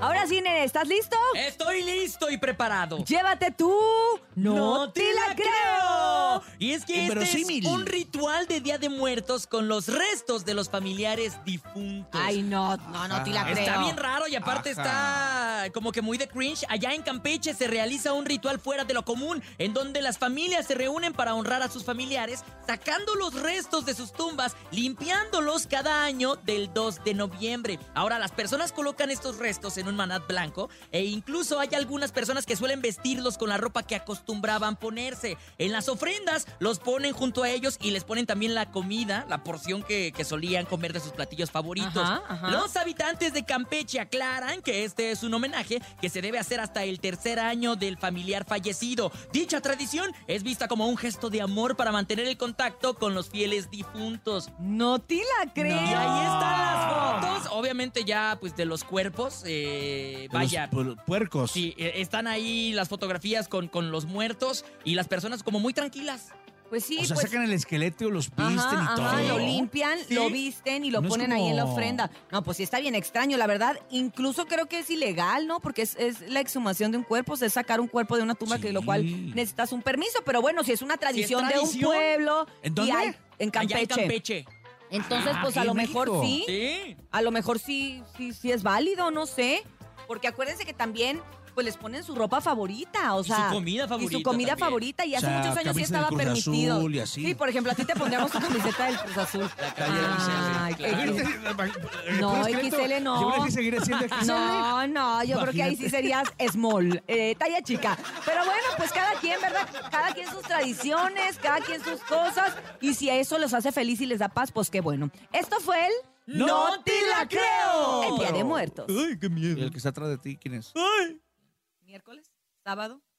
Ahora sí, nene, ¿estás listo? Estoy listo y preparado. Llévate tú. No, te la creo. Eh, Y es que este es Inverosímil. un ritual de Día de Muertos con los restos de los familiares difuntos. Ay, no, no, no te la Ajá. creo. Está bien raro y aparte Ajá. está como que muy de cringe. Allá en Campeche se realiza un ritual fuera de lo común, en donde las familias se reúnen para honrar a sus familiares, sacando los restos de sus tumbas, limpiándolos cada año del 2 de noviembre. Ahora, las personas colocan estos restos en un manat blanco e incluso hay algunas personas que suelen vestirlos con la ropa que acostumbraban ponerse. En las ofrendas los ponen junto a ellos y les ponen también la comida, la porción que, que solían comer de sus platillos favoritos. Ajá, ajá. Los los habitantes de Campeche aclaran que este es un homenaje que se debe hacer hasta el tercer año del familiar fallecido. Dicha tradición es vista como un gesto de amor para mantener el contacto con los fieles difuntos. No te la creo. Y ahí están las fotos, obviamente ya pues de los cuerpos, eh, vaya. Los pu- puercos. Sí, eh, están ahí las fotografías con, con los muertos y las personas como muy tranquilas. Pues sí, o sea, pues. sacan el esqueleto, los pisten Ajá, y todo. ajá, lo ¿no? limpian, Sí. lo visten y lo No es ponen ahí en la como- ofrenda. No, pues sí está bien extraño, la verdad. Incluso creo que es ilegal, ¿no? Porque es, es la exhumación de un cuerpo, o sea, es sacar un cuerpo de una tumba, que lo cual Sí. necesitas un permiso. Pero bueno, si es una tradición, de un tradición. pueblo. ¿En y dónde? hay- en Campeche. Allá en Campeche. Entonces, Ah, pues a aquí lo en mejor México. sí. Sí. A lo mejor sí, sí, sí es válido, no sé. Porque acuérdense que también pues les ponen su ropa favorita, o Y su sea, comida favorita y su comida también. favorita y O hace sea, muchos años sí camisa del estaba Cruz permitido. Azul y así. Sí, por ejemplo, a ti te pondríamos tu camiseta del Cruz Azul. Ay, sí, claro. qué- No, No, XL no. Yo voy a seguir haciendo XL. No, no, yo creo que ahí sí serías small, eh, talla chica. Pero bueno, pues cada quien, ¿verdad? Cada quien sus tradiciones, cada quien sus cosas. Y si a eso los hace feliz y les da paz, pues qué bueno. Esto fue el... ¡No te la creo! El Día de Muertos. Ay, qué ¿Y miedo. el que está atrás de ti quién es? Miércoles, sábado,